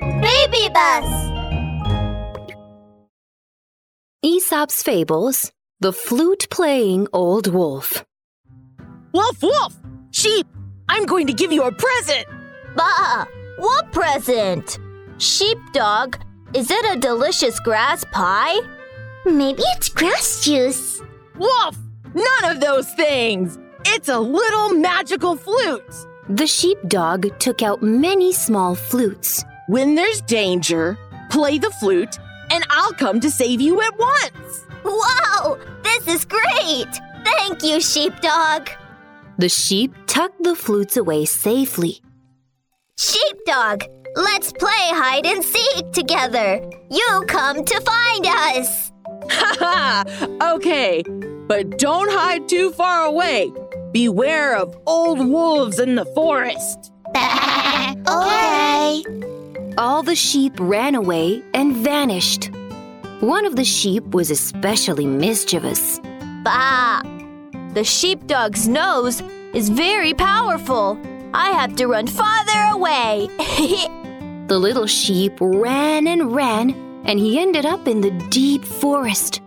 Chubby Bus. Aesop's Fables The Flute Playing Old Wolf. Wolf, wolf! Sheep, I'm going to give you a present! Bah! What present? Sheepdog, is it a delicious grass pie? Maybe it's grass juice. Wolf, none of those things! It's a little magical flute! The sheepdog took out many small flutes. When there's danger, play the flute, and I'll come to save you at once! Wow! This is great! Thank you, Sheepdog. The sheep tucked the flutes away safely. Sheepdog, let's play hide and seek together. You come to find us. Haha! okay, but don't hide too far away. Beware of old wolves in the forest. Okay. All the sheep ran away and vanished. One of the sheep was especially mischievous. Bah! The sheepdog's nose is very powerful. I have to run farther away. The little sheep ran and ran, and he ended up in the deep forest.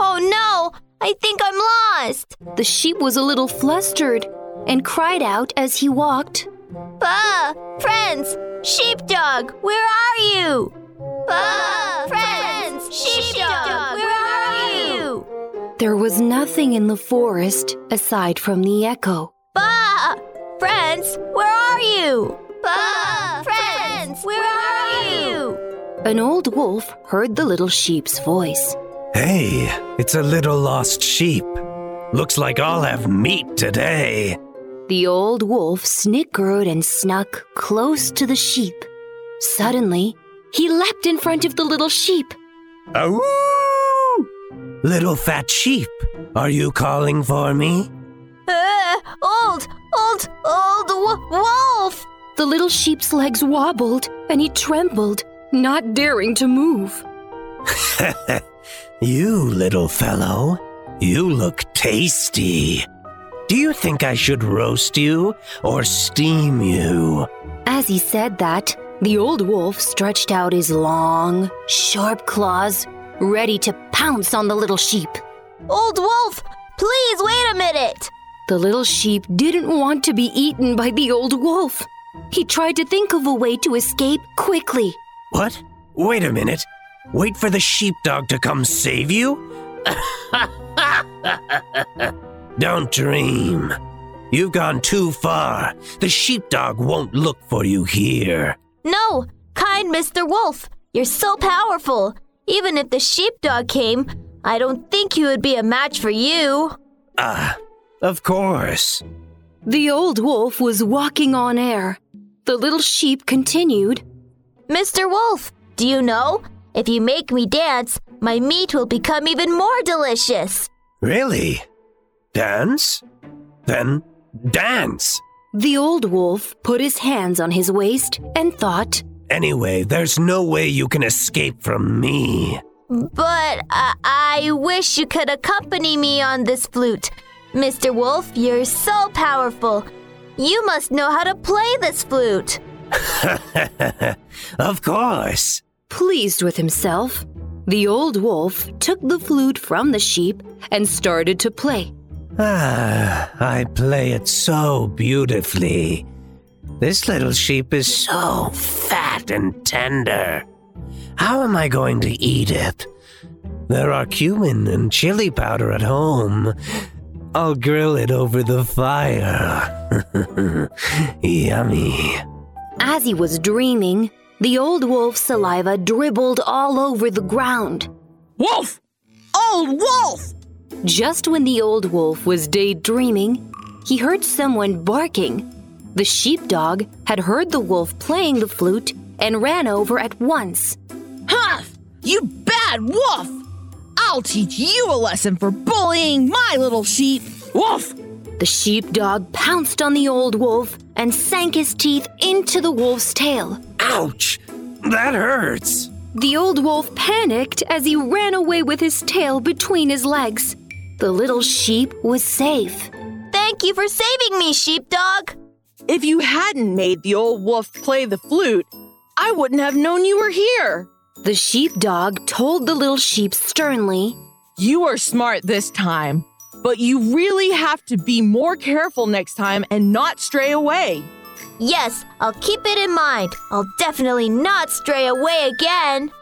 oh no! I think I'm lost. The sheep was a little flustered and cried out as he walked. Bah! Friends! Sheepdog, where are you? Bah! Friends! Sheepdog, where are you? There was nothing in the forest aside from the echo. Bah! Friends, where are you? Bah! Friends, where are you? An old wolf heard the little sheep's voice. Hey, it's a little lost sheep. Looks like I'll have meat today. The old wolf snickered and snuck close to the sheep. Suddenly, he leapt in front of the little sheep. Awoo! Little fat sheep, are you calling for me? Uh, old, old, old wo- wolf! The little sheep's legs wobbled and he trembled, not daring to move. You little fellow, you look tasty. Do you think I should roast you or steam you? As he said that, the old wolf stretched out his long, sharp claws, ready to pounce on the little sheep. Old wolf, please wait a minute! The little sheep didn't want to be eaten by the old wolf. He tried to think of a way to escape quickly. What? Wait a minute. Wait for the sheepdog to come save you? Don't dream. You've gone too far. The sheepdog won't look for you here. No, kind Mr. Wolf, you're so powerful. Even if the sheepdog came, I don't think he would be a match for you. Ah, of course. The old wolf was walking on air. The little sheep continued. Mr. Wolf, do you know? If you make me dance, my meat will become even more delicious. Really? Dance? Then dance. The old wolf put his hands on his waist and thought, Anyway, there's no way you can escape from me. But I, I wish you could accompany me on this flute. Mr. Wolf, you're so powerful. You must know how to play this flute. of course. pleased with himself. The old wolf took the flute from the sheep and started to play. Ah, I play it so beautifully. This little sheep is so fat and tender. How am I going to eat it? There are cumin and chili powder at home. I'll grill it over the fire. Yummy. As he was dreaming, the old wolf's saliva dribbled all over the ground. Wolf! Old wolf! Just when the old wolf was daydreaming, he heard someone barking. The sheepdog had heard the wolf playing the flute and ran over at once. Huh! You bad wolf! I'll teach you a lesson for bullying my little sheep. Wolf! The sheepdog pounced on the old wolf and sank his teeth into the wolf's tail. Ouch! That hurts. The old wolf panicked as he ran away with his tail between his legs. The little sheep was safe. Thank you for saving me, sheepdog. If you hadn't made the old wolf play the flute, I wouldn't have known you were here. The sheepdog told the little sheep sternly, You are smart this time, but you really have to be more careful next time and not stray away. Yes, I'll keep it in mind. I'll definitely not stray away again.